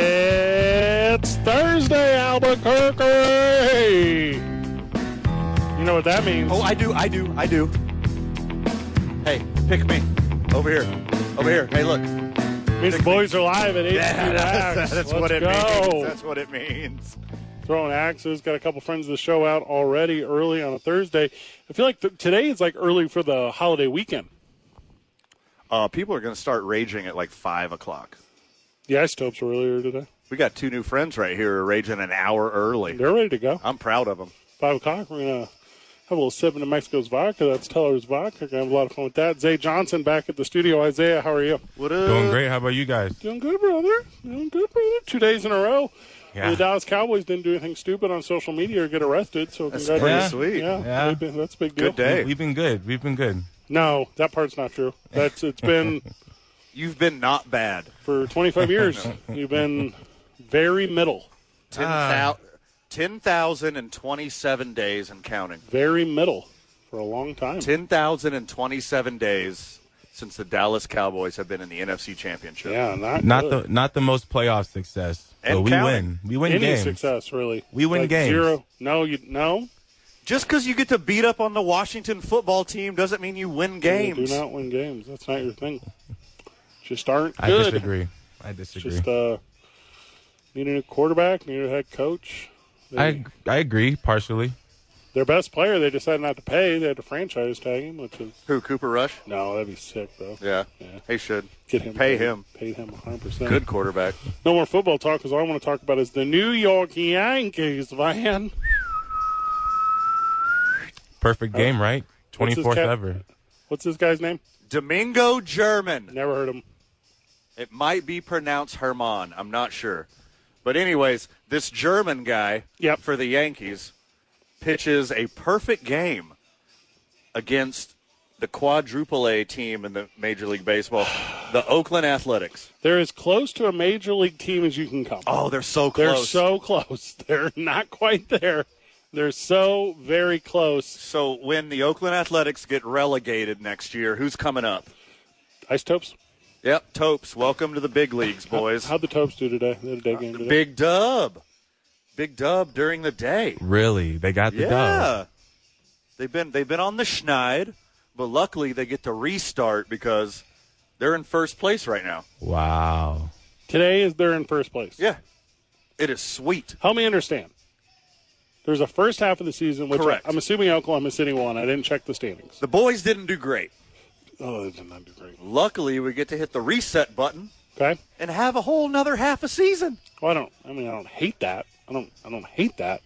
It's Thursday, Albuquerque. You know what that means? Oh, I do, I do, I do. Hey, pick me. Over here. Over here. Hey, look. it means the boys are live at 8 that's, Axe. that's Let's what it go. means. That's what it means. Throwing axes. Got a couple friends of the show out already early on a Thursday. I feel like th- today is like early for the holiday weekend. Uh, people are going to start raging at like 5 o'clock. The ice topes were earlier today. We got two new friends right here who are raging an hour early. They're ready to go. I'm proud of them. Five o'clock. We're gonna have a little sip of New Mexico's vodka. That's Teller's vodka. Gonna have a lot of fun with that. Zay Johnson back at the studio. Isaiah, how are you? What up? Doing great. How about you guys? Doing good, brother. Doing good, brother. Two days in a row. Yeah. The Dallas Cowboys didn't do anything stupid on social media or get arrested. So That's pretty congratulations. sweet. Yeah, Yeah. they've been- that's a big deal. Good day. We've been good. We've been good. No, that part's not true. That's it's been You've been not bad. for 25 years. You've been very middle, 10,000 10,027 days and counting. very middle for a long time. 10,027 days since the Dallas Cowboys have been in the NFC Championship. Yeah, not Not good. the not the most playoff success, but And we counting. win. We win any games. success really. We win Like games. Zero. No, you no. Just because you get to beat up on the Washington football team doesn't mean you win You games. do not win games. That's not your thing. Just aren't I good. disagree. I disagree. Just uh, need a new quarterback, need a head coach. They, I I agree partially. their best player, they decided not to pay. They had to franchise tag him, which is Who, Cooper Rush? no, that'd be sick though. Yeah. Yeah. They should. Get him, Pay paid. him. paid him 100. percent Good quarterback. No more football talk because all I want to talk about is the New York Yankees, Van. Perfect game, right? Uh, what's Twenty his fourth cap- ever. What's this guy's name? Domingo German. Never heard him. It might be pronounced Herman. I'm not sure. But, anyways, this German guy Yep. for the Yankees pitches a perfect game against the quadruple A team in the Major League Baseball, the Oakland Athletics. They're as close to a major league team as you can come. Oh, they're so They're close. so close. They're not quite there. They're so very close. So when the Oakland Athletics get relegated next year, who's coming up? Ice Topes. Yep, Topes. Welcome to the big leagues, boys. How'd the Topes do today? They had a day game today. Uh, Big Dub. Big Dub during the day. Really, they got the yeah. dub. They've been they've been on the schneid, but luckily they get to restart because they're in first place right now. Wow. Today is they're in first place. Yeah. It is sweet. Help me understand. There's a first half of the season, which Correct. I, am assuming Oklahoma City won. I didn't check the standings. The boys didn't do great. Oh, they did not do great. Luckily we get to hit the reset button Okay. and have a whole nother half a season. Well, I don't. I mean, I don't hate that. I don't. I don't hate that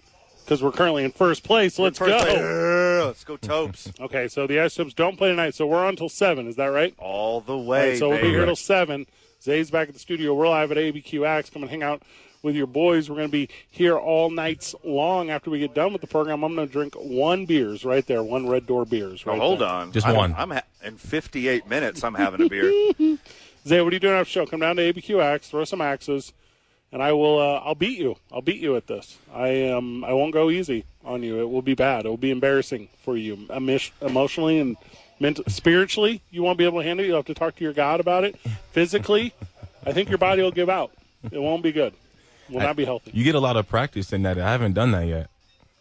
because we're currently in first place. Let's First go. place. Yeah, let's go Topes. Okay, so the Ice Tips don't play tonight, so we're on till seven. Is that right? All the All way. right, so we'll be baby. here till seven. Zay's back at the studio. We're live at ABQ Axe. Come and hang out with your boys. We're going to be here all nights long after we get done with the program. I'm going to drink one beers right there, one Red Door beers. Well, Right hold there. on. Just I'm- one. I'm ha- in 58 minutes. I'm having a beer. Zay, what are you doing after the show? Come down to ABQ Axe, throw some axes, and I will. Uh, I'll beat you. I'll beat you at this. I um, I won't go easy on you. It will be bad. It will be embarrassing for you emish- emotionally and mentally, spiritually. You won't be able to handle it. You'll have to talk to your God about it. Physically, I think your body will give out. It won't be good. Will not be healthy. You get a lot of practice in that. I haven't done that yet.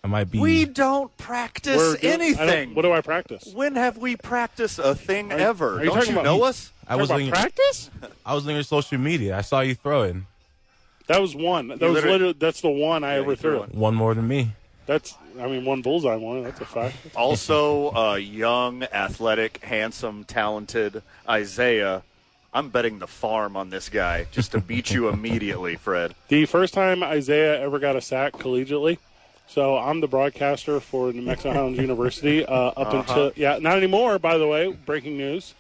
I might be. we don't practice We're doing- I don't- anything. What do I practice? when have we practiced a thing ever? are you don't talking you about- know us? I was Talking looking. about practice. I was looking at social media. I saw you throwing That was one. That was literally- literally. That's the one I ever you threw threw. one. one more than me. That's. I mean, one bullseye one. That's a fact. Also, uh, young, athletic, handsome, talented Isaiah. I'm betting the farm on this guy just to beat you immediately, Fred. The first time Isaiah ever got a sack collegiately. So I'm the broadcaster for New Uh-huh. Mexico Highlands University uh, up until yeah, not anymore. By the way, breaking news.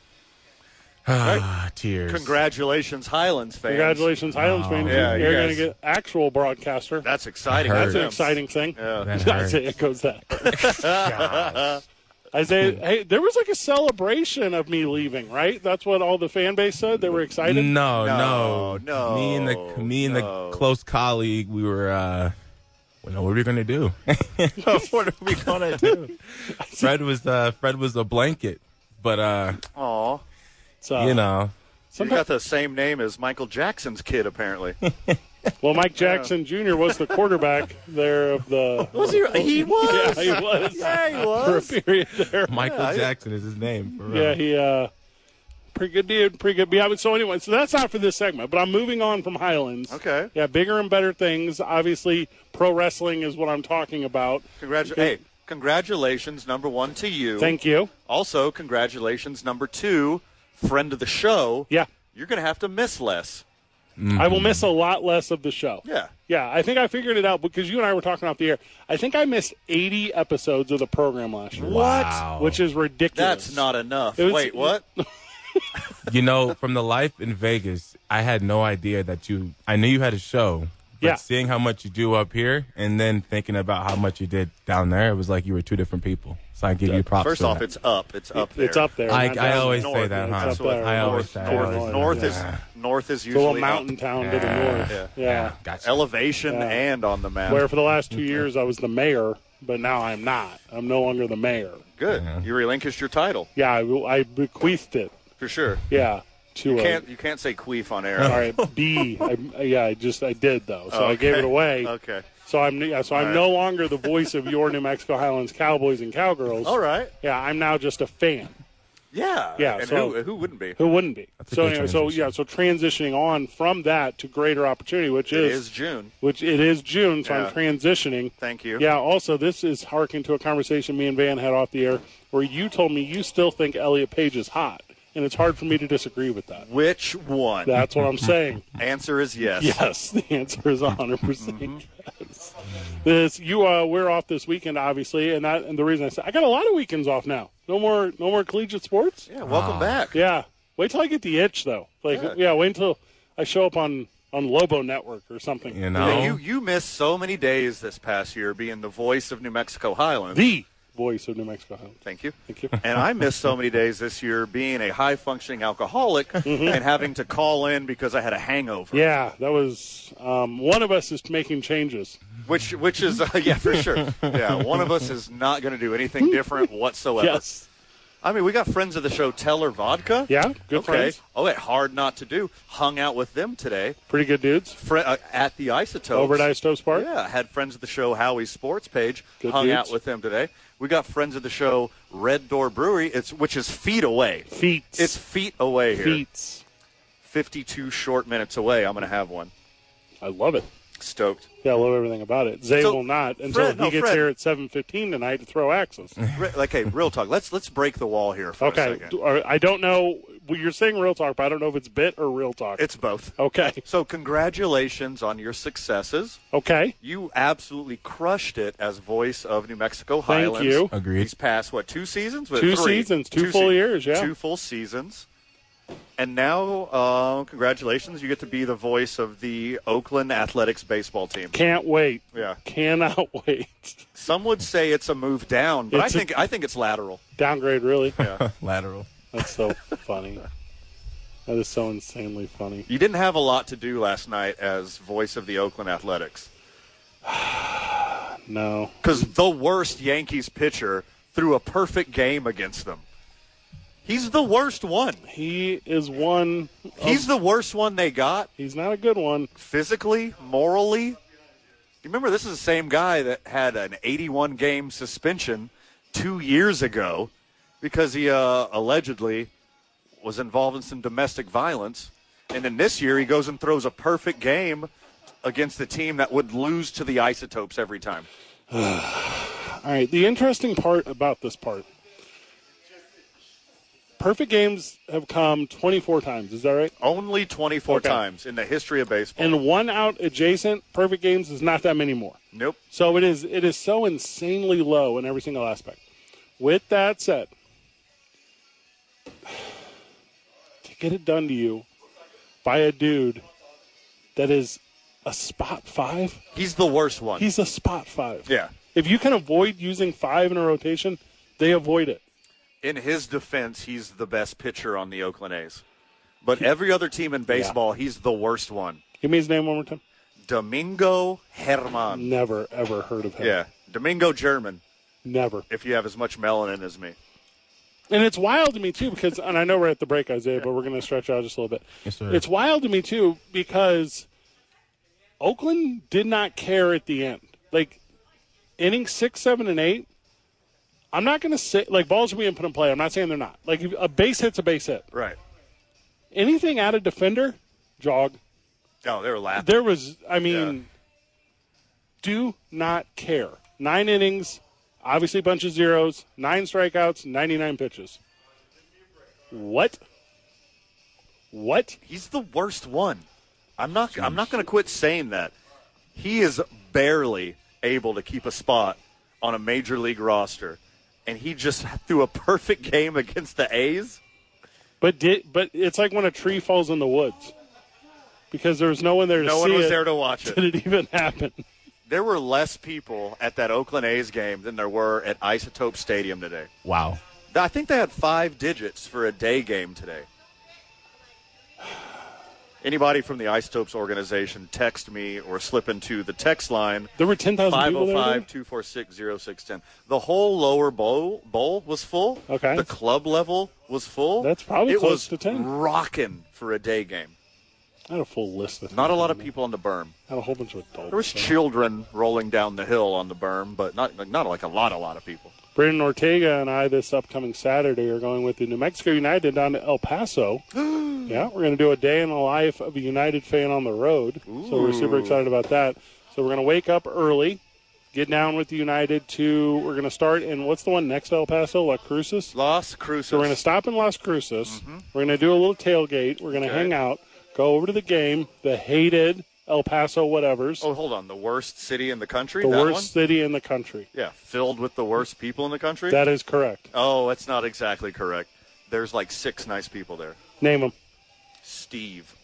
Ah, tears. Congratulations, Highlands fans. Congratulations, Highlands fans. Oh, Yeah, you You're going to guys- get actual broadcaster. That's exciting. That That's an hurts. exciting thing. Yeah. That hurt. Isaiah goes that. Isaiah, hey, there was like a celebration of me leaving, right? That's what all the fan base said. They were excited. Mm, No, no, No, no, Me and the me and no. the close colleague, we were. uh well, no, what are we gonna do? what are we gonna do? Fred was uh, Fred was a blanket, but uh, Aw. So, you know, You got the same name as Michael Jackson's kid, apparently. Well, Mike Jackson Jr. was the quarterback there of the. was he? He was. Yeah, he was. Yeah, he For a was. period there. Michael Jackson is his name. For real. Yeah, he uh pretty good dude, pretty good behind. So anyway, so that's not for this segment, but I'm moving on from Highlands. Okay. Yeah, bigger and better things. Obviously, pro wrestling is what I'm talking about. Congratu- hey, congratulations, number one, to you. Thank you. Also, congratulations, number two, friend of the show. Yeah. You're going to have to miss less. I will miss a lot less of the show. Mm-hmm. Yeah. Yeah, I think I figured it out because you and I were talking off the air. I think I missed 80 episodes of the program last year. Wow. Which is ridiculous. That's not enough. It was- Wait, what? You know, from the life in Vegas, I had no idea that you. I knew you had a show, but Yeah. seeing how much you do up here, and then thinking about how much you did down there, it was like you were two different people. So I give you props. First for off, that. it's up. It's up there. It's up there. I- not I down. always north. say that, It's huh? up there. I always north, say- I north, always- north is Yeah. north is It's a usually little mountain up. town to the north. Yeah. gotcha. elevation and on the map. Where for the last two years I was the mayor, but now I'm not. I'm no longer the mayor. Good. You relinquished your title Yeah, I, I bequeathed it. for sure. Yeah, to a, Can't you can't say queef on air? all right B. I, yeah, I just I did though, so I gave it Okay. away. Okay. So I'm yeah, so I'm no longer the voice of your New Mexico Highlands Cowboys and Cowgirls. All right. Yeah, I'm now just a fan. Yeah. Yeah, And so- who, who wouldn't be? Who wouldn't be? a so good anyway, so transition. yeah, so transitioning on from that to greater opportunity, which It is, is June. which it is June, so Yeah. I'm transitioning. Thank you. Yeah. Also, this is harking to a conversation me and Van had off the air, where you told me you still think Elliot Page is hot, and it's hard for me to disagree with that. Which one? That's what I'm saying. Answer is yes. Mm-hmm. Yes, the answer is 100 percent yes. This you uh, we're off this weekend, obviously, and that and the reason I said I got a lot of weekends off now. No more, no more collegiate sports. Yeah, welcome back. Yeah. Wait till I get the itch though. Like yeah, wait until I show up on on Lobo Network or something. You Yeah, know? you you missed so many days this past year being the voice of New Mexico Highlands. The voice of New Mexico Highlands. Thank you. Thank you. And I missed so many days this year being a high functioning alcoholic and having to call in because I had a hangover. Mm-hmm. Yeah, that was um, one of us is making changes. Which which is uh, yeah for sure. Yeah, one of us is not going to do anything different whatsoever. Yes. I mean, we got friends of the show Teller Vodka. Yeah, good okay. friends. Oh, wait, hard not to do. Hung out with them today Pretty good dudes. Fri uh, at the Isotopes. Over at Isotopes Park. Yeah, had friends of the show Howie's Sports page. Good hung dudes. out with them today. We got friends of the show Red Door Brewery. It's which is feet away. Feats. It's feet away here. feats. 52 short minutes away. I'm going to have one. I love it. Stoked. Yeah, I love everything about it. Zay So, will not until Fred- he no, gets Fred. here at seven fifteen tonight to throw axes. Re- like, hey, real talk. Let's let's break the wall here for a Okay, second. d- or- I don't know. Well, you're saying real talk, but I don't know if it's bit or real talk. It's both. okay. So, congratulations on your successes. Okay, You absolutely crushed it as voice of New Mexico Highlands. you. Agreed. These past what two seasons? Was it Two three? seasons, two full years, yeah. two full seasons. And now, uh, congratulations! You get to be the voice of the Oakland Athletics baseball team. can't wait. Yeah. cannot wait. Some would say it's a move down, but I It's a- think I think it's lateral. Downgrade, really? lateral. That's so funny. That is so insanely funny. You didn't have a lot to do last night as voice of the Oakland Athletics No, because the worst Yankees pitcher threw a perfect game against them. He's the worst one. Um, he is one. He's the worst one they got. He's not a good one. physically, morally. You remember this is the same guy that had an 81 game suspension two years ago because he uh, allegedly was involved in some domestic violence, and then this year he goes and throws a perfect game against the team that would lose to the Isotopes every time. All right. The interesting part about this part. Perfect games have come 24 times. Is that right? Only 24 Okay. times in the history of baseball. And one out adjacent perfect games is not that many more. nope. So it is it is so insanely low in every single aspect. With that said, get it done to you by a dude that is a spot five. He's the worst one. He's a spot five. yeah. If you can avoid using five in a rotation, they avoid it. In his defense, he's the best pitcher on the Oakland A's. But every other team in baseball, he's the worst one. Give me his name one more time. Domingo Herman. Never ever heard of him. Yeah. Domingo German, Never. if you have as much melanin as me. And it's wild to me too because, and I know we're at the break, Isaiah, but we're going to stretch out just a little bit. Yes, sir. It's wild to me too because Oakland did not care at the end. Like inning six, seven, and eight. I'm not going to say like balls are being put in play. I'm not saying they're not. Like if a base hit's a base hit. Right. Anything out of defender, jog. No, they were laughing. There was, I mean, do not care. Nine innings, obviously a bunch of zeros, nine strikeouts, 99 pitches. What? What? He's the worst one. I'm not. I'm not going to quit saying that. He is barely able to keep a spot on a major league roster, and he just threw a perfect game against the A's. But did but it's like when a tree falls in the woods because there was no one there to No one see was it. there to watch it. Did it even happen? There were less people at that Oakland A's game than there were at Isotope Stadium today. Wow. I think they had five digits for a day game today. Anybody from the Isotopes organization, text me or slip into the text line There were 10,000 people there. today? 505-246-0610. The whole lower bowl bowl was full. Okay. The club level was full. That's probably it close was to 10. Rocking for a day game. I had a full list. Of Not a lot of people on the berm. Had a whole bunch of adults. There was children rolling down the hill on the berm, but not like, not like a lot, a lot of people. Brandon Ortega and I this upcoming Saturday are going with the New Mexico United down to El Paso. yeah, we're going to do a day in the life of a United fan on the road. So we're super excited about that. So we're going to wake up early, get down with the United to. We're going to start in what's the one next to El Paso, La Cruces. Las Cruces. Mm-hmm. So we're going to stop in Las Cruces. We're going to do a little tailgate. We're going to Okay. hang out, go over to the game, the hated El Paso whatevers, oh, hold on. The worst city in the country? the that worst One? city in the country. Yeah, filled with the worst people in the country? That is correct. oh, that's not exactly correct. There's like six nice people there. Name them. Steve.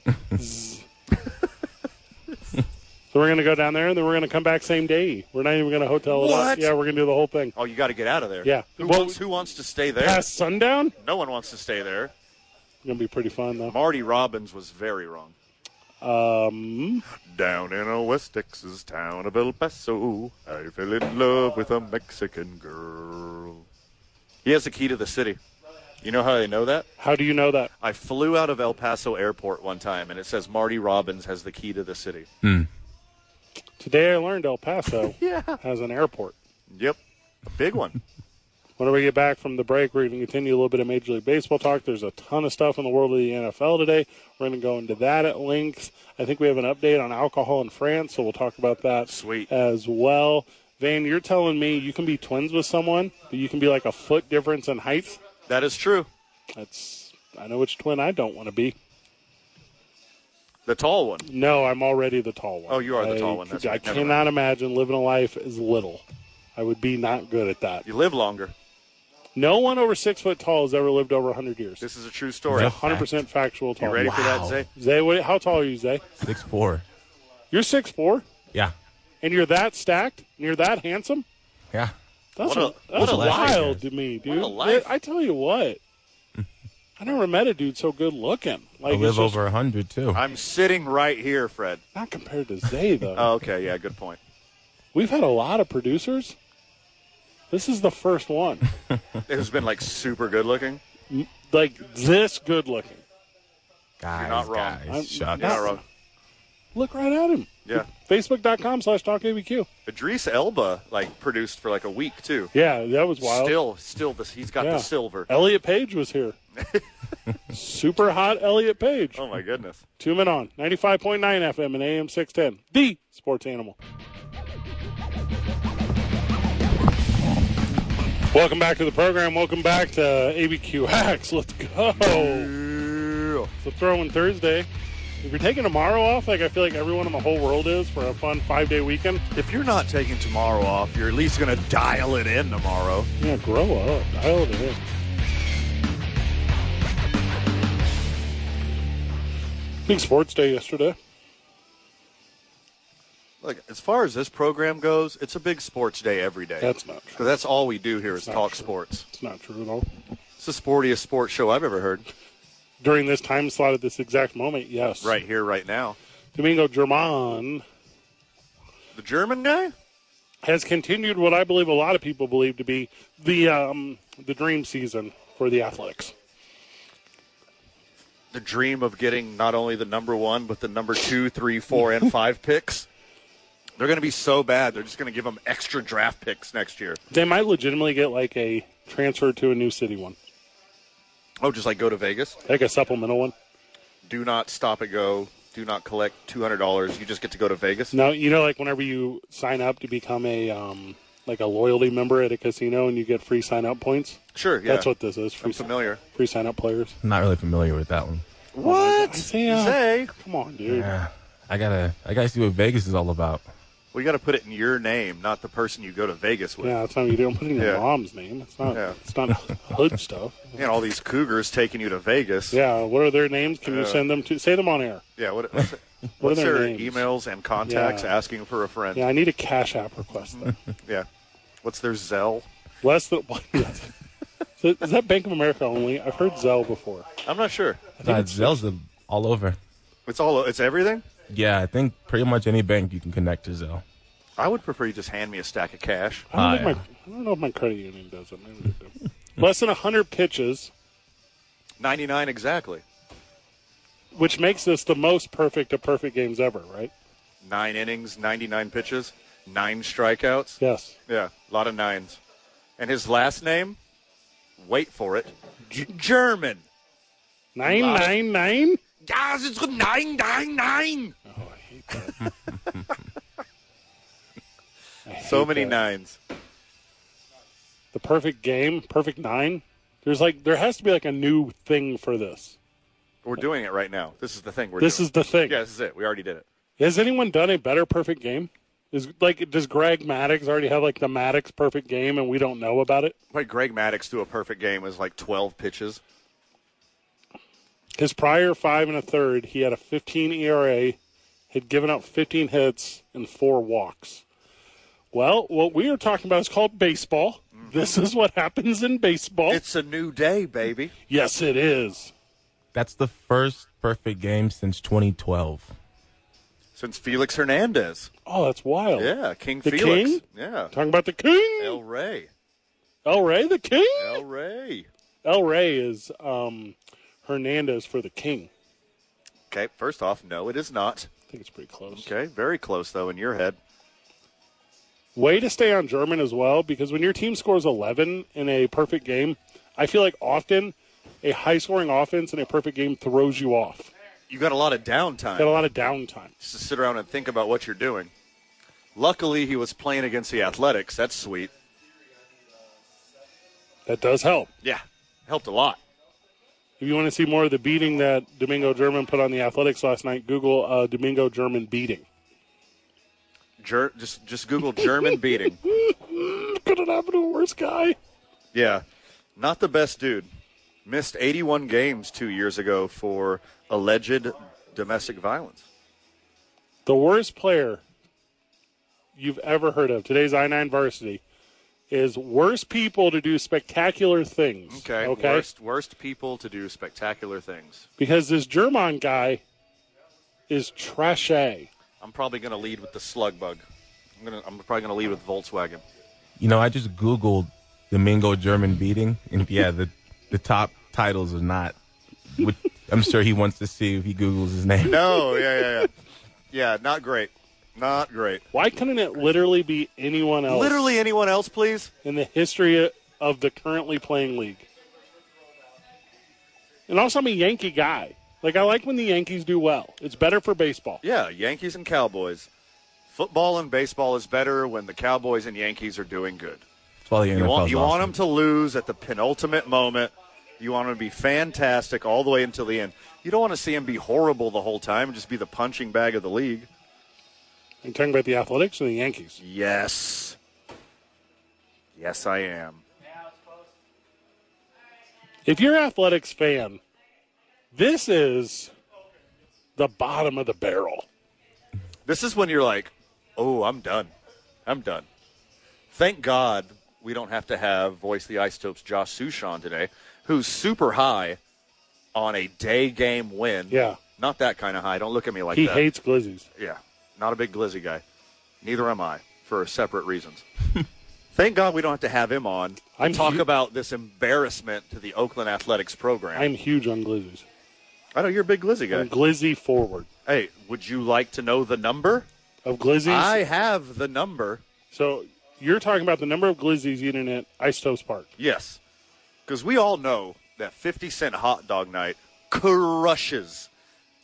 So we're gonna go down there, and then we're gonna come back same day. We're not even gonna hotel. it up. What? Yeah, we're gonna do the whole thing. Oh, you got to get out of there. Yeah. Who, Well- wants, who wants to stay there? Past sundown, No one wants to stay there. gonna be pretty fun though. Marty Robbins was very wrong. Um, Down in a West Texas town of El Paso, I fell in love with a Mexican girl. He has the key to the city. You know how I know that? how do you know that? I flew out of El Paso Airport one time, and it says Marty Robbins has the key to the city. Today I learned El Paso has an airport. Yep, a big one. When we get back from the break, we're going to continue a little bit of Major League Baseball talk. There's a ton of stuff in the world of the NFL today. We're going to go into that at length. I think we have an update on alcohol in France, so we'll talk about that. Sweet. As well. Van, you're telling me you can be twins with someone, but you can be like a foot difference in height? that is true. That's I know which twin I don't want to be. The tall one. No, I'm already the tall one. Oh, you are the tall one. I, That's I right. Never cannot imagine living a life as little. I would be not good at that. You live longer. No one over six foot tall has ever lived over 100 years. This is a true story. Yeah. 100% factual tall. You ready for that, Wow. Zay? Zay, what, how tall are you, Zay? Six four. You're six four, Yeah. and you're that stacked, and you're that handsome. Yeah. That's, What a- that's what a life. wild to me, dude. What a life. I, I tell you what, I never met a dude so good looking. Like I it's live just- over a hundred too. I'm sitting right here, Fred. Not compared to Zay though. Oh, okay, yeah, good point. We've had a lot of producers. This is the first one. Who's been like super good looking? like this good looking. guys, You're not wrong. guys, I'm shucks. You're not wrong. Look right at him. Yeah. Facebook.com slash talk ABQ. Idris Elba like produced for like a week too. Yeah, that was wild. Still, still, this he's got Yeah. the silver. Elliot Page was here. Super hot Elliot Page. Oh my goodness! Two men on 95.9 FM and AM 610. The sports animal. Welcome back to the program. Welcome back to ABQ Hacks. Let's go. So throwing Thursday. If you're taking tomorrow off, like I feel like everyone in the whole world is for a fun five day weekend, If you're not taking tomorrow off, you're at least gonna dial it in tomorrow. yeah, grow up. Dial it in. Big sports day yesterday. Look, as far as this program goes, it's a big sports day every day. That's not true. 'Cause that's all we do here is not talk true. sports. It's not true at all. It's the sportiest sports show I've ever heard. During this time slot at this exact moment, yes. Right here, right now. Domingo German The German guy? has continued what I believe a lot of people believe to be the um, the dream season for the Athletics. The dream of getting not only the number one, but the number two, three, four, and five picks. They're going to be so bad. They're just going to give them extra draft picks next year. They might legitimately get like a transfer to a new city one, Oh, just like go to Vegas. like a supplemental one. Do not stop at go. Do not collect two hundred dollars. You just get to go to Vegas. No, you know, like whenever you sign up to become a um, like a loyalty member at a casino and you get free sign up points. Sure, yeah. That's what this is. Free I'm familiar. Free sign up players. I'm not really familiar with that one. What? Isaiah. Zay? Come on, dude. Yeah, I gotta, I gotta see what Vegas is all about. We got to put it in your name, not the person you go to Vegas with. Yeah, that's not what you do. I'm putting your Yeah. mom's name. It's not. Yeah. It's not hood stuff. And all these cougars taking you to Vegas. Yeah. What are their names? Can you send them to? Say them on air. Yeah. What, what's, What are what's their their names? emails and contacts Yeah. asking for a friend? Yeah, I need a cash app request. Though. Yeah. What's their Zell? Less than. yes. So, is that Bank of America only? I've heard Zelle before. I'm not sure. God, Zell's a- all over. It's all. It's everything. Yeah, I think pretty much any bank you can connect to Zell. I would prefer you just hand me a stack of cash. I don't, Ah, think my, I don't know if my credit union does it. Maybe they do. Less than 100 pitches, Ninety nine exactly. which makes this the most perfect of perfect games ever, right? Nine innings, ninety nine pitches, nine strikeouts. Yes. Yeah, a lot of nines. And his last name, wait for it, G- German. Nine, nine, nine? Guys, it's good. Nine, nine, nine. I hate So many that. nines. The perfect game, perfect nine. There's like there has to be like a new thing for this. We're doing it right now. This is the thing we're This doing. is the thing. yeah, this is it. We already did it. Has anyone done a better perfect game? Is like does Greg Maddox already have like the Maddox perfect game and we don't know about it? Like Greg Maddox threw a perfect game is like twelve pitches. His prior five and a third, he had a 15 ERA, had given up 15 hits and four walks. Well, what we are talking about is called baseball. This is what happens in baseball. Oh. It's a new day, baby. yes, it is. That's the first perfect game since 2012. Since Felix Hernandez. Oh, that's wild. Yeah, King The Felix. King? Yeah. Talking about the king. El Rey. El Rey, the king. El Rey. El Rey is um, Hernandez for the king. Okay, first off, no, it is not. I think it's pretty close. Okay, very close though in your head. Way to stay on German as well, because when your team scores 11 in a perfect game, I feel like often a high scoring offense in a perfect game throws you off. You got a lot of downtime. Got a lot of downtime. just to sit around and think about what you're doing. Luckily, he was playing against the Athletics. That's sweet. That does help. Yeah, helped a lot. If you want to see more of the beating that Domingo German put on the Athletics last night, Google uh, Domingo German beating. Ger- just just Google German beating. Could it happen to a worse guy? Yeah, not the best dude. Missed 81 games two years ago for alleged domestic violence. The worst player you've ever heard of, today's I 9 varsity, is worse people to do spectacular things. Okay. Worst worst people to do spectacular things. Because this German guy is trash. That's I'm probably going to lead with the slug bug. I'm gonna I'm probably going to lead with Volkswagen. You know, I just Googled Domingo German beating, and yeah, the the top titles are not. Which I'm sure he wants to see if he Googles his name. No, yeah, yeah, yeah, yeah. Not great. Not great. Why couldn't it literally be anyone else Literally anyone else, please. in the history of the currently playing league? And also, I'm a Yankee guy. Like, I like when the Yankees do well. It's better for baseball. Yeah, Yankees and Cowboys. Football and baseball is better when the Cowboys and Yankees are doing good. That's all the You want NFL's you want them awesome. to lose at the penultimate moment. You want them to be fantastic all the way until the end. You don't want to see them be horrible the whole time and just be the punching bag of the league. I'm talking about the Athletics and the Yankees. Yes. Yes, I am. If you're an Athletics fan, this is the bottom of the barrel. This is when you're like, oh, I'm done. I'm done. Thank God we don't have to have Voice the Isotopes Josh Sushan today, who's super high on a day game win. Yeah. Not that kind of high. Don't look at me like He that. hates glizzies. Yeah. Not a big glizzy guy. Neither am I, for separate reasons. Thank God we don't have to have him on to I'm talk hu- about this embarrassment to the Oakland Athletics program. I'm huge on glizzies. I know you're a big glizzy guy. I'm glizzy forward Hey, would you like to know the number? of glizzies. I have the number. so you're talking about the number of glizzies eaten at Ice Toast Park. Yes. Because we all know that 50 cent hot dog night crushes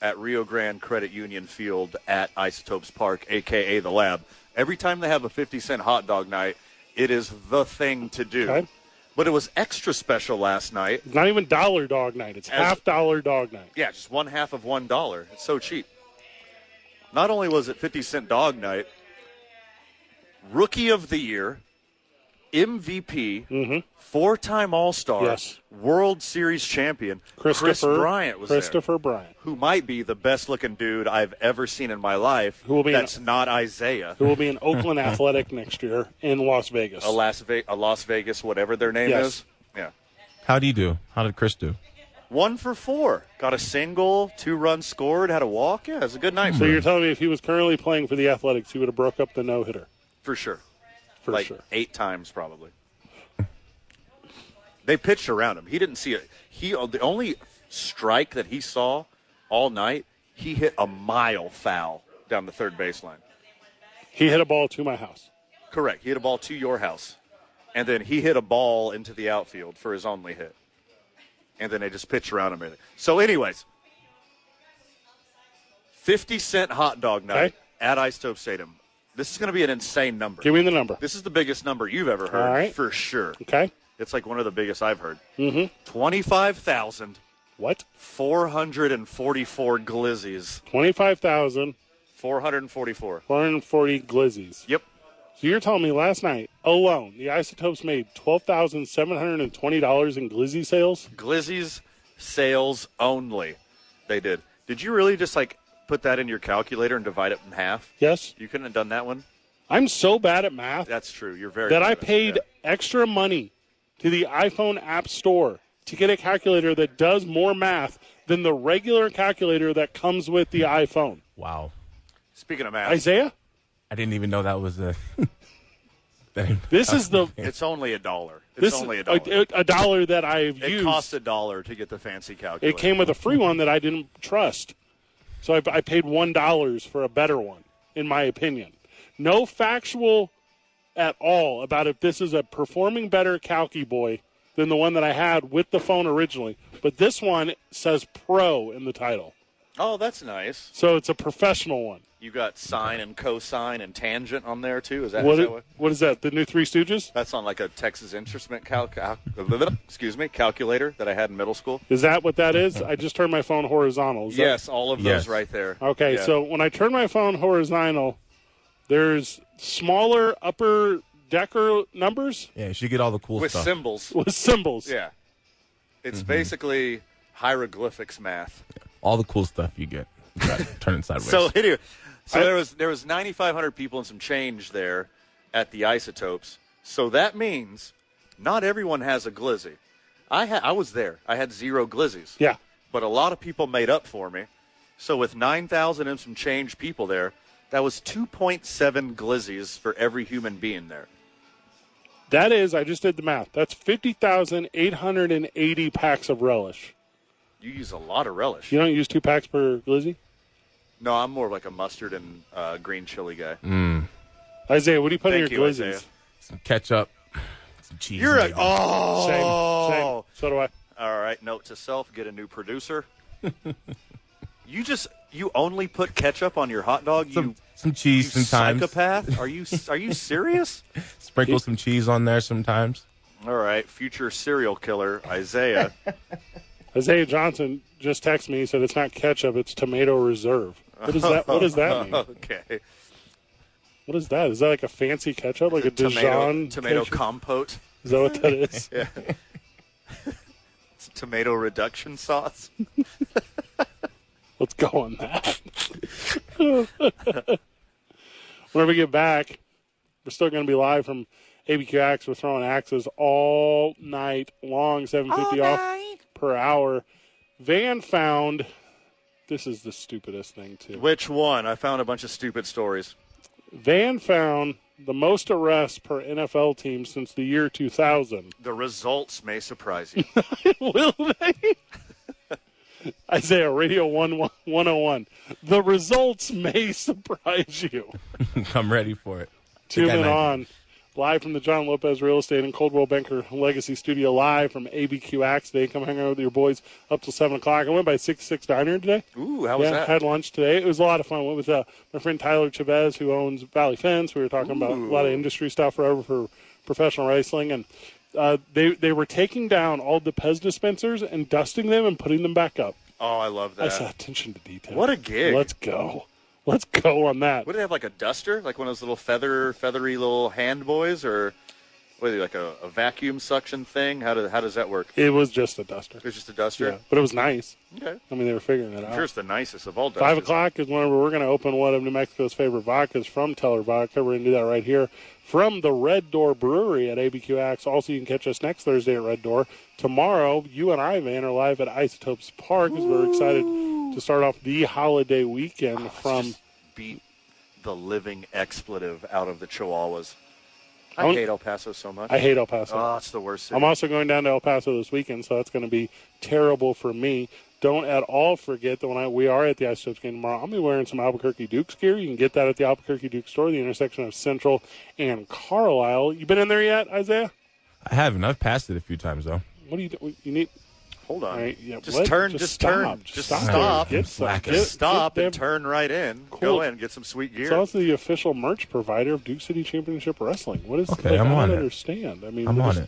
at Rio Grande Credit Union Field at Isotopes Park, aka the lab. Every time they have a 50 cent hot dog night, it is the thing to do. Okay. But it was extra special last night. It's not even dollar dog night. It's As- half dollar dog night. Yeah, just one half of one dollar. It's so cheap. Not only was it 50 cent dog night, rookie of the year, MVP, four time All Star, Mm-hmm. Yes. World Series champion, Christopher Chris Bryant was there. Christopher Bryant, Who might be the best looking dude I've ever seen in my life. Who will be an- that's not Isaiah. who will be an Oakland Athletic next year in Las Vegas. A Las, Ve- a Las Vegas, whatever their name Yes. is. Yeah. How do you do? How did Chris do? One for four. Got a single, two runs scored, had a walk. Yeah, it was a good night So you're telling me if he was currently playing for the Athletics, he would have broke up the no hitter for sure. for like sure. eight times probably. they pitched around him. He didn't see it. He uh, the only strike that he saw all night. He hit a mile foul down the third baseline. He hit a ball to my house. Correct. He hit a ball to your house, and then he hit a ball into the outfield for his only hit. And then they just pitched around him. So, anyways, fifty cent hot dog night Okay. at Ice Tope Stadium. This is going to be an insane number. Give me the number. This is the biggest number you've ever heard, All right. for sure. Okay. It's like one of the biggest I've heard. Mm-hmm. Twenty-five thousand What? four hundred and forty-four glizzies. Twenty-five thousand Four hundred and forty-four. four hundred forty glizzies. Yep. So you're telling me last night alone, the Isotopes made twelve thousand seven hundred and twenty dollars in glizzy sales. Glizzies sales only. They did. Did you really just like put that in your calculator and divide it in half? Yes, You couldn't have done that one. I'm so bad at math That's true. You're very. that good I at it. paid Yeah. extra money to the iPhone App Store to get a calculator that does more math than the regular calculator that comes with the iPhone. Wow. Speaking of math, Isaiah, I didn't even know that was a. that even- this is the it's only a dollar. It's this only a dollar. a, a dollar that I've it used. costs a dollar to get the fancy calculator. It came with a free one that I didn't trust. So I, I paid $1 for a better one, in my opinion. No factual at all about if this is a performing better Calky Boy than the one that I had with the phone originally. But this one says pro in the title. Oh, that's nice. So it's a professional one. You got sine and cosine and tangent on there too. Is that, is What, that what? what is that? The new Three Stooges? That's on like a Texas Instrument cal- cal- excuse me calculator that I had in middle school. Is that what that is? I just turned my phone horizontal. Is that- Yes, all of those Yes. right there. Okay, Yeah. so when I turn my phone horizontal, there's smaller upper decker numbers Yeah, you should get all the cool with stuff. symbols. with symbols. Yeah. It's basically hieroglyphics math. all the cool stuff you get. You gotta turn it sideways. So anyway, so I- there was there was 9500 people and some change there at the isotopes. So that means not everyone has a glizzy. I ha- I was there. I had zero glizzies. Yeah. But a lot of people made up for me. So with 9,000 and some change people there, that was 2.7 glizzies for every human being there. That is, I just did the math. That's 50,880 packs of relish. You use a lot of relish. You don't use two packs per glizzy? No, I'm more of like a mustard and uh, green chili Mm. guy. Isaiah, what do you put Thank in your you, glizzies? Isaiah. some ketchup, some cheese. You're a and bacon. oh. Same, same. So do I. All right, note to self: get a new producer. you just you only put ketchup on your hot dog. some, You, some you cheese sometimes. psychopath. Are you are you serious? Sprinkle some cheese on there sometimes. All right, future serial killer Isaiah. Isaiah Johnson just texted me. He said it's not ketchup, it's tomato reserve. What is that? What does that mean? okay, What is that? Is that like a fancy ketchup, like a tomato Dijon tomato ketchup? compote. Is that what that is? It's tomato reduction sauce. Let's go on that. Whenever we get back, we're still going to be live from ABQ Axe. We're throwing axes all night long, 750 off per hour. Van found this is the stupidest thing too. Which one? I found a bunch of stupid stories. Van found the most arrests per NFL team since the year 2000. The results may surprise you. Will they? Isaiah Radio 1 101. The results may surprise you. I'm ready for it. Tune Good in night. on live from the John Lopez Real Estate and Coldwell Banker Legacy Studio, live from ABQ Axe Day. Come hang out with your boys up till 7 o'clock. I went by 66 Diner today. Ooh, how was yeah, that? had lunch today. It was a lot of fun. Went with uh, my friend Tyler Chavez, who owns Valley Fence. We were talking about a lot of industry stuff forever for professional wrestling, and uh, they they were taking down all the Pez dispensers and dusting them and putting them back up. oh, I love I that. saw attention to detail. What a gig. Let's go. Let's go on that. What do they have? Like a duster, like one of those little feather, feathery little hand boys, or what? Are they, like a, a vacuum suction thing? How do, how does that work? It was just a duster. It's just a duster. Yeah, but it was nice. Okay. I mean, they were figuring it out. I'm sure it's the nicest of all dusters. Five o'clock is whenever we're going to open one of New Mexico's favorite vodkas from Teller Vodka. We're going to do that right here from the Red Door Brewery at ABQ Axe. Also, you can catch us next Thursday at Red Door. Tomorrow, you and I, Van, are live at Isotopes Park because we're excited to start off the holiday weekend from. Just beat the living expletive out of the Chihuahuas. I Don't- hate El Paso so much. I hate El Paso. Oh, it's the worst. City. I'm also going down to El Paso this weekend, so that's going to be terrible for me. Don't at all forget that when I, we are at the Isotopes game tomorrow, I'll be wearing some Albuquerque Dukes gear. You can get that at the Albuquerque Dukes store, the intersection of Central and Carlisle. You been in there yet, Isaiah? I haven't. I've passed it a few times though. What do you do? You need Hold on. All right, yeah, just what? turn. Just Just, stop. turn. Just Just stop. stop. Get Just some- stop, get- get and them- turn right in. Cool. Go in. Get some sweet gear. it's also the official merch provider of Duke City Championship Wrestling. What is? Okay, like, I'm I on don't it. understand. I mean, I'm we're on just-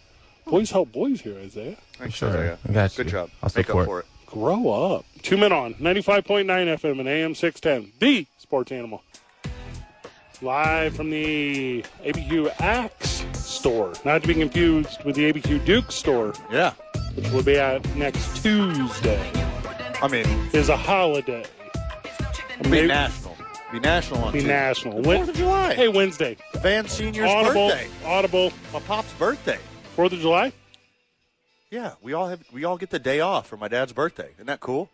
it. Boys help boys here, Isaiah. Thanks, Sure. Isaiah. I got Good you. job. I'll Make up support. for it. Grow up. Two men on 95.9 FM and AM 610, the sports animal. Live from the ABQ Axe store. Not to be confused with the ABQ Duke store, Yeah. which will be out next Tuesday, I mean, is a holiday. be national. Be national on Be Tuesday. national. The Fourth of July. Hey, Wednesday. Van Senior's Audible. birthday. Audible. My pop's birthday. 4th of July? Yeah, we all have. We all get the day off for my dad's birthday. Isn't that cool?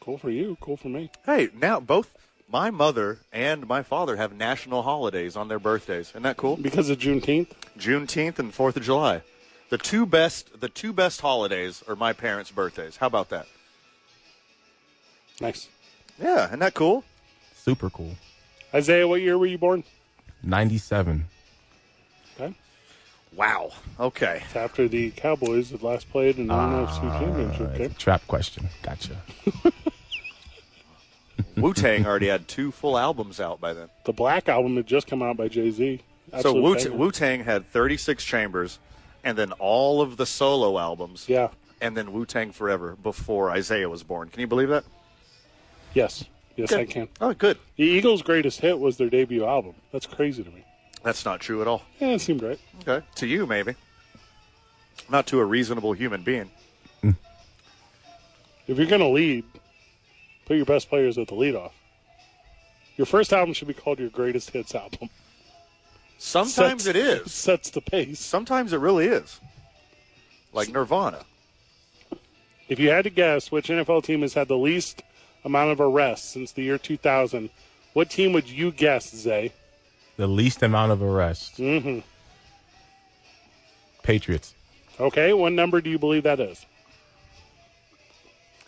Cool for you. Cool for me. Hey, now both my mother and my father have national holidays on their birthdays. Isn't that cool? Because of Juneteenth. Juneteenth and Fourth of July. The two best the two best holidays are my parents' birthdays. How about that? Nice. Yeah, isn't that cool? Super cool. Isaiah, what year were you born? Ninety-seven. Okay. Wow. Okay. It's after the Cowboys had last played in the Ah, NFC Championship It's game. a trap question. Gotcha. Wu Tang already had two full albums out by then. The Black album had just come out by Jay Z. so Wu Tang had 36 chambers and then all of the solo albums. Yeah. And then Wu Tang Forever before Isaiah was born. Can you believe that? Yes. Yes, Good. I can. Oh, good. The Eagles' greatest hit was their debut album. That's crazy to me. That's not true at all. Yeah, it seemed right. Okay. To you, maybe. Not to a reasonable human being. If you're going to lead, put your best players at the leadoff. Your first album should be called your greatest hits album. Sometimes Sets- it is. Sets the pace. Sometimes it really is. Like Nirvana. If you had to guess which NFL team has had the least amount of arrests since the year 2000, what team would you guess, Zay? The least amount of arrests. Mm-hmm. Patriots. Okay, what number do you believe that is?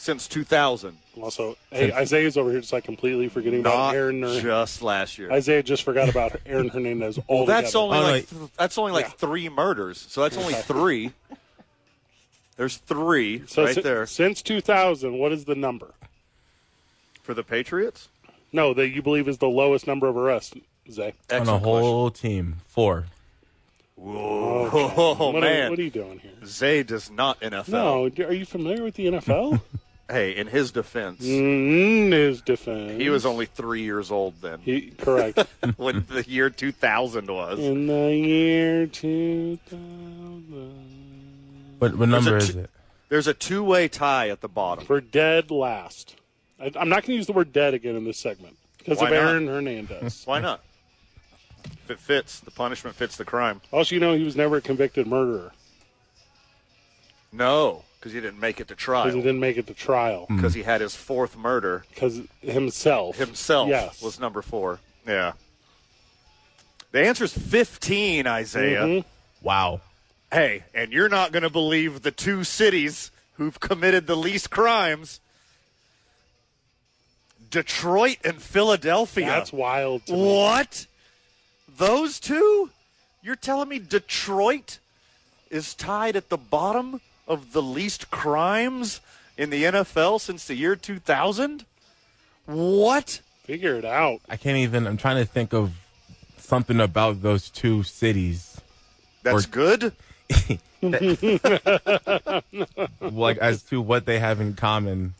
since 2000. Also, hey, Isaiah's over here just like completely forgetting Not about Aaron Ner- just last year. Isaiah just forgot about Aaron Hernandez. well, that's altogether. only Oh, like th- that's only like Yeah. three murders, so that's only three. There's three So right si- there Since 2000, what is the number? for the Patriots. No, that you believe is the lowest number of arrests, Zay. On a Excellent whole team. Four. question. Oh what, Are, man, what are you doing here? Zay does not NFL. No, d- are you familiar with the NFL? Hey, in his defense, mm, his defense. he was only three years old then He- correct. when the year 2000 was. In the year 2000. What, what There's a number t- is it? There's a two-way tie at the bottom. For dead last. I, I'm not going to use the word dead again in this segment because Why of not? Aaron Hernandez. Why not? If it fits, the punishment fits the crime. also, you know, he was never a convicted murderer No, because he didn't make it to because he trial. didn't make it to trial Because he had his fourth murder because himself. himself Yes. was number four. Yeah. The answer is 15, Isaiah. Mm-hmm. Wow. Hey, and you're not going to believe the two cities who've committed the least crimes Detroit and Philadelphia. That's wild to me. What? Those two? You're telling me Detroit is tied at the bottom of the least crimes in the NFL since the year 2000? What? Figure it out. I can't even. I'm trying to think of something about those two cities. That's Or- good? like as to what they have in common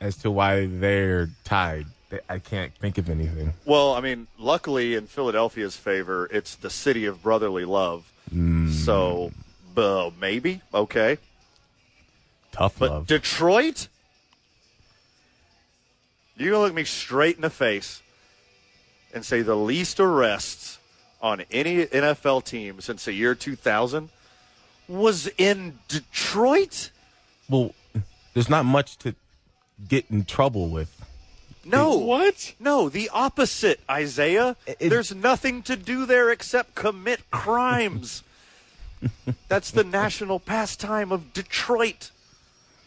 as to why they're tied. They- I can't think of anything. Well, I mean, luckily in Philadelphia's favor, it's the city of brotherly love. Hmm. So, uh, maybe. Okay. Tough But love. Detroit? You gonna look me straight in the face and say the least arrests on any NFL team since the year 2000 was in Detroit? well, there's not much to get in trouble with. No. What? No, the opposite, Isaiah. it- There's nothing to do there except commit crimes. That's the national pastime of Detroit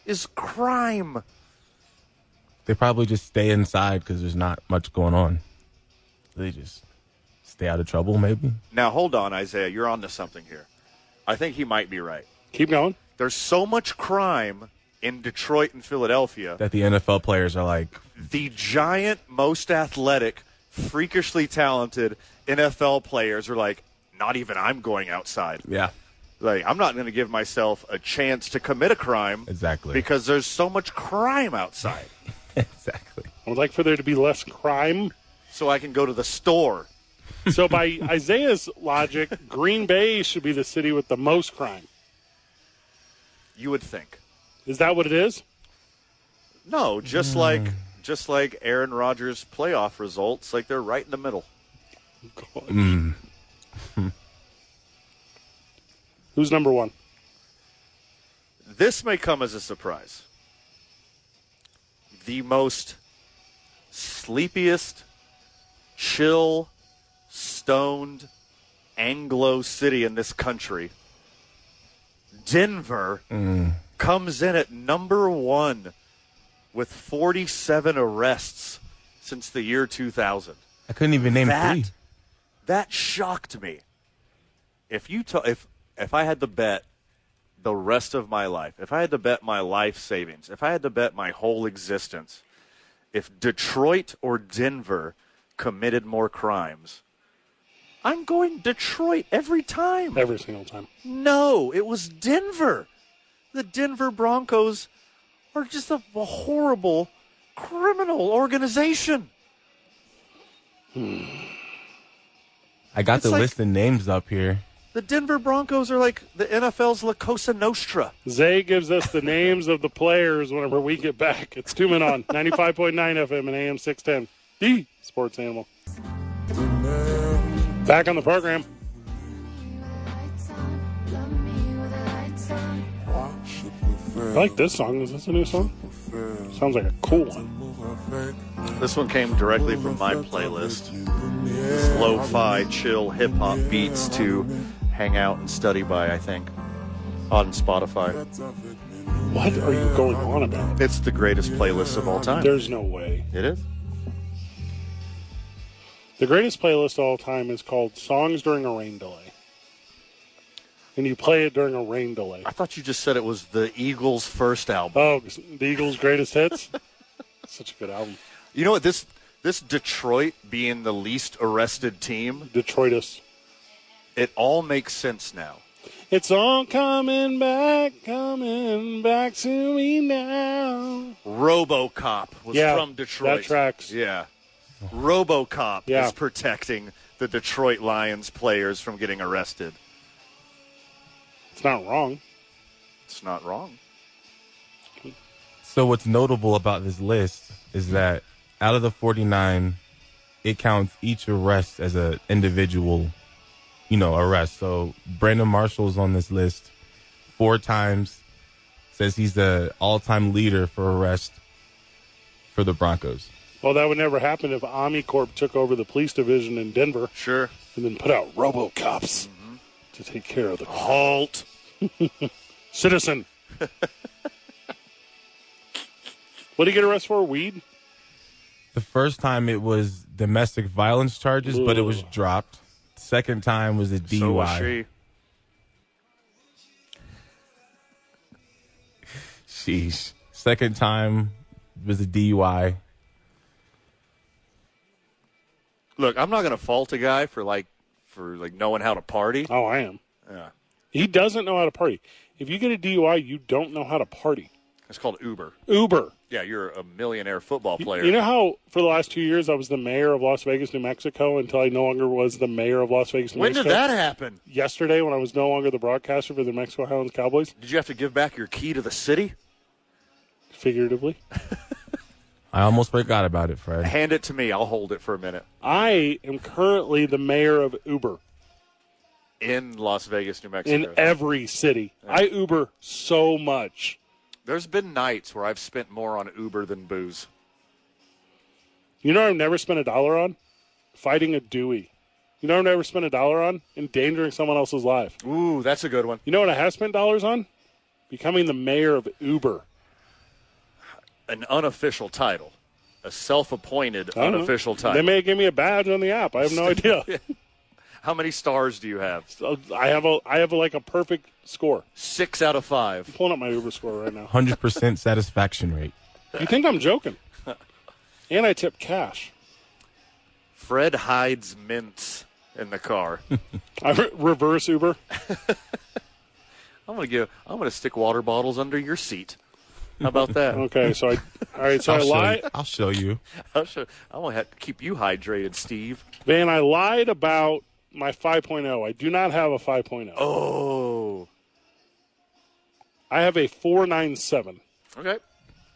is crime. They probably just stay inside because there's not much going on. They just stay out of trouble, maybe. Now hold on, Isaiah. You're onto something here. I think he might be right. Keep going. There's so much crime in Detroit and Philadelphia. That the NFL players are like, The giant, most athletic, freakishly talented NFL players are like, not even I'm going outside. yeah, Like I'm not going to give myself a chance to commit a crime Exactly. because there's so much crime outside. exactly. I would like for there to be less crime. So I can go to the store. So, by Isaiah's logic, Green Bay should be the city with the most crime. You would think. Is that what it is? No, just like just like Aaron Rodgers' playoff results, like they're right in the middle. God. Who's number one? This may come as a surprise. The most sleepiest, chill, stoned Anglo city in this country, Denver, comes in at number one with 47 arrests since the year 2000 I couldn't even name that three. that shocked me. If you to, if if I had to bet the rest of my life, if I had to bet my life savings, if I had to bet my whole existence, if Detroit or Denver committed more crimes, I'm going Detroit every time. Every single time. No, it was Denver. The Denver Broncos are just a, a horrible criminal organization. I got It's the like- list and names up here. The Denver Broncos are like the NFL's La Cosa Nostra. Zay gives us the names of the players whenever we get back. It's two men on 95.9 FM and AM 610, the sports animal. Back on the program. I like this song. Is this a new song? Sounds like a cool one. This one came directly from my playlist. This lo-fi, chill, hip-hop beats to hang out and study by, I think, on Spotify. What are you going on about? It's the greatest playlist of all time. There's no way. It is? The greatest playlist of all time is called Songs During a Rain Delay. And you play it during a rain delay. I thought you just said it was the Eagles' first album. Oh, the Eagles' greatest hits? Such a good album. You know what? This this Detroit being the least arrested team, Detroitus. it all makes sense now. It's all coming back, coming back to me now. RoboCop was Yeah, from Detroit. that tracks. Yeah. RoboCop Yeah. is protecting the Detroit Lions players from getting arrested. It's not wrong. It's not wrong. So what's notable about this list is that out of the 49, it counts each arrest as an individual, you know, arrest. So Brandon Marshall's on this list four times. Says he's the all-time leader for arrest for the Broncos. Well, that would never happen if Omnicorp took over the police division in Denver Sure. and then put out RoboCops to take care of the Mm-hmm. Halt. citizen. what did he get arrested for? Weed? The first time it was domestic violence charges, but it was Ooh. dropped. Second time was a DUI. So was she. Sheesh. Second time was a DUI. Look, I'm not going to fault a guy for like for like knowing how to party. Oh, I am. Yeah. He doesn't know how to party. If you get a DUI, you don't know how to party. It's called Uber. Uber. Yeah, you're a millionaire football player. You know how for the last two years I was the mayor of Las Vegas, New Mexico, until I no longer was the mayor of Las Vegas, New when Mexico? did that happen? Yesterday, when I was no longer the broadcaster for the Mexico Highlands Cowboys, Did you have to give back your key to the city? figuratively, I almost forgot about it, Fred. Hand it to me. I'll hold it for a minute. I am currently the mayor of Uber In Las Vegas, New in Mexico. every city. I Uber so much. There's been nights where I've spent more on Uber than booze. You know what I've never spent a dollar on? Fighting a Dewey. You know what I've never spent a dollar on? Endangering someone else's life. Ooh, that's a good one. You know what I have spent dollars on? Becoming the mayor of Uber. An unofficial title, a self-appointed I don't know. unofficial They title. may give me a badge on the app. I have no idea. How many stars do you have? I have a I have like a perfect score. Six out of five. Pulling up my Uber score right now. 100% satisfaction rate. You think I'm joking? And I tip cash. Fred hides mints in the car. I re- reverse Uber. I'm gonna give. I'm gonna stick water bottles under your seat. How about that? Okay, so I all right. So I I'll show, lied. you. I'll show you. I'm sure- I'm gonna have to keep you hydrated, Steve. Van, I lied about my 5.0. I do not have a 5.0. Oh, I have a 497. okay.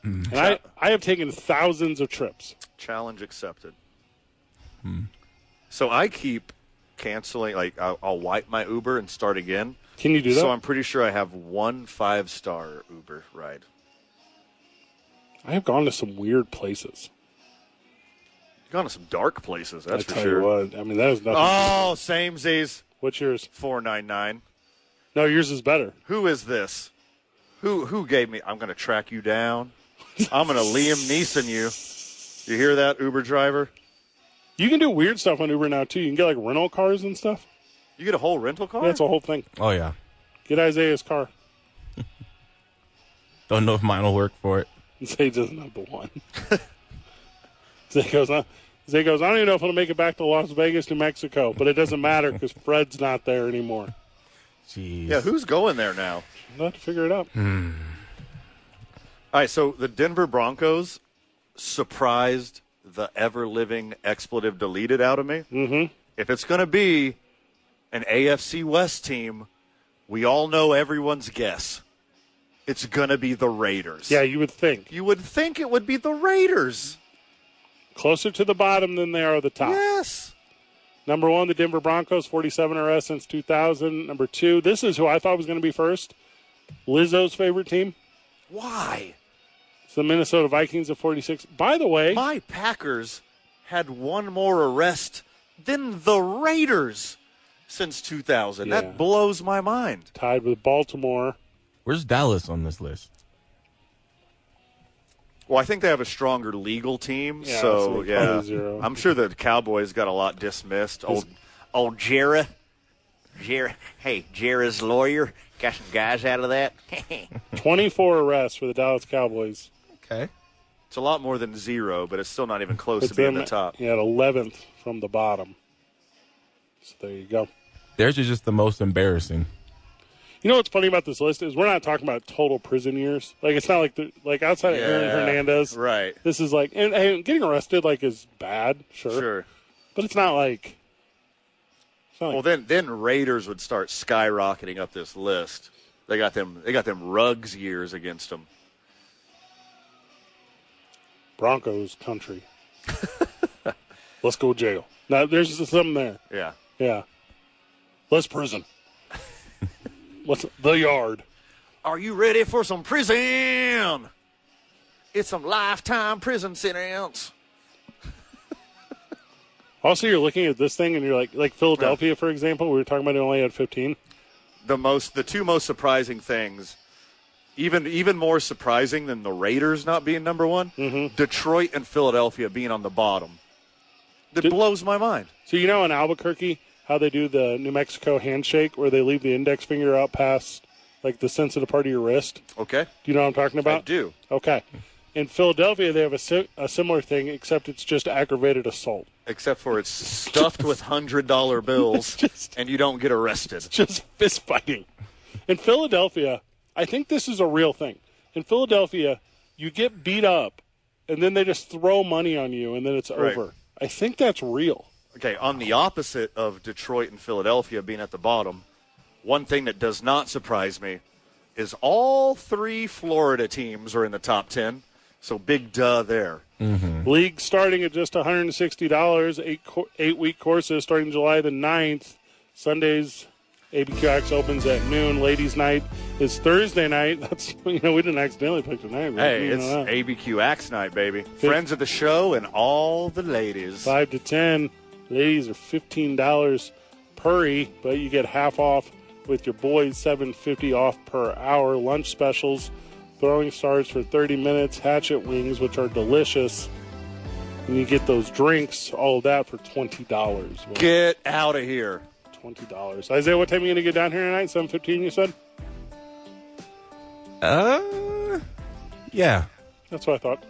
And I, I have taken thousands of trips. Challenge accepted. Hmm. So I keep canceling. Like I'll, I'll wipe my Uber and start again. Can you do that? So I'm pretty sure I have one five star Uber ride. I have gone to some weird places. You've gone to some dark places, that's I for tell sure. you what, I mean that is nothing. Oh, samesies. What's yours? Four nine nine. No, yours is better. Who is this? Who who gave me? I'm gonna track you down. I'm gonna Liam Neeson you. You hear that, Uber driver? You can do weird stuff on Uber now too. You can get like rental cars and stuff. You get a whole rental car. That's a whole thing. Oh, yeah. Get Isaiah's car Don't know if mine will work for it. and say he doesn't have the one. Zay goes on. Zay goes. I don't even know if I'll make it back to Las Vegas, New Mexico, but it doesn't matter because Fred's not there anymore. Jeez. yeah, who's going there now? I'll have to figure it out. All right, so the Denver Broncos surprised the ever living expletive deleted out of me. Mm-hmm. If it's going to be an AFC West team, we all know everyone's guess. It's going to be the Raiders. Yeah, you would think You would think it would be the Raiders. closer to the bottom than they are the top. Yes. Number one, the Denver Broncos, 47 RS since 2000. Number two, this is who I thought was going to be first. Lizzo's favorite team. Why? It's the Minnesota Vikings at 46. By the way, My Packers had one more arrest than the Raiders since 2000. Yeah. That blows my mind. tied with Baltimore. Where's Dallas on this list? Well, I think they have a stronger legal team, Yeah, so it's like yeah, 20. I'm sure the Cowboys got a lot dismissed. Old, old Jera, Jera, hey, Jera's lawyer got some guys out of that. 24 arrests for the Dallas Cowboys. Okay. It's a lot more than zero, but it's still not even close to Puts being them the top. At 11th from the bottom. So there you go. Theirs is just the most embarrassing. You know what's funny about this list is we're not talking about total prison years. Like it's not like the, like outside of Aaron Yeah, Hernandez, right? This is like and, and getting arrested like is bad, sure, Sure. but it's not like. It's not like Well, then then Raiders would start skyrocketing up this list. They got them. They got them rugs years against them. Broncos country. Let's go jail. Now there's something there. Yeah. Yeah. Let's prison. Let's the yard. Are you ready for some prison? It's some lifetime prison sentence. Also, you're looking at this thing and you're like, like Philadelphia, for example, we were talking about it only had 15. The most, the two most surprising things, even even more surprising than the Raiders not being number one, Detroit and Philadelphia being on the bottom. That blows my mind. So you know in Albuquerque how they do the New Mexico handshake where they leave the index finger out past like the sensitive part of your wrist. Okay, Do you know what I'm talking I about? do. Okay. In Philadelphia, they have a, si- a similar thing, except it's just aggravated assault. Except for it's stuffed with hundred dollar bills, Just- and you don't get arrested. Just fist fighting. In Philadelphia, I think this is a real thing. In Philadelphia, you get beat up, and then they just throw money on you, and then it's Right. over. I think that's real. Okay, on the opposite of Detroit and Philadelphia being at the bottom, one thing that does not surprise me is all three Florida teams are in the top 10. So big duh there. League starting at just $160, eight, co- eight week courses starting July the 9th. Sundays, ABQX opens at noon. Ladies' night is Thursday night. That's, you know, we didn't accidentally pick tonight. Right? Hey, You it's know that. ABQ Axe Night, baby. Friends of the show and all the ladies. five to ten. Ladies are fifteen dollars per e, but you get half off with your boys seven fifty off per hour. Lunch specials, throwing stars for thirty minutes, hatchet wings which are delicious, and you get those drinks, all of that for twenty dollars. Get out of here. Twenty dollars. Isaiah, what time are you gonna get down here tonight? Seven fifteen. You said. Uh, yeah. That's what I thought.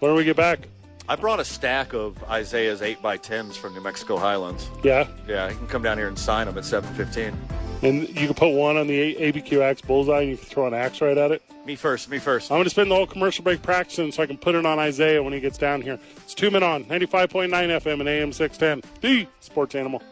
When do we get back? I brought a stack of Isaiah's 8x10s from New Mexico Highlands. Yeah, Yeah, you can come down here and sign them at 715. and you can put one on the A- ABQX bullseye, and you can throw an axe right at it. Me first, me first. I'm going to spend the whole commercial break practicing so I can put it on Isaiah when he gets down here. It's two men on 95.9 FM and AM 610, the sports animal.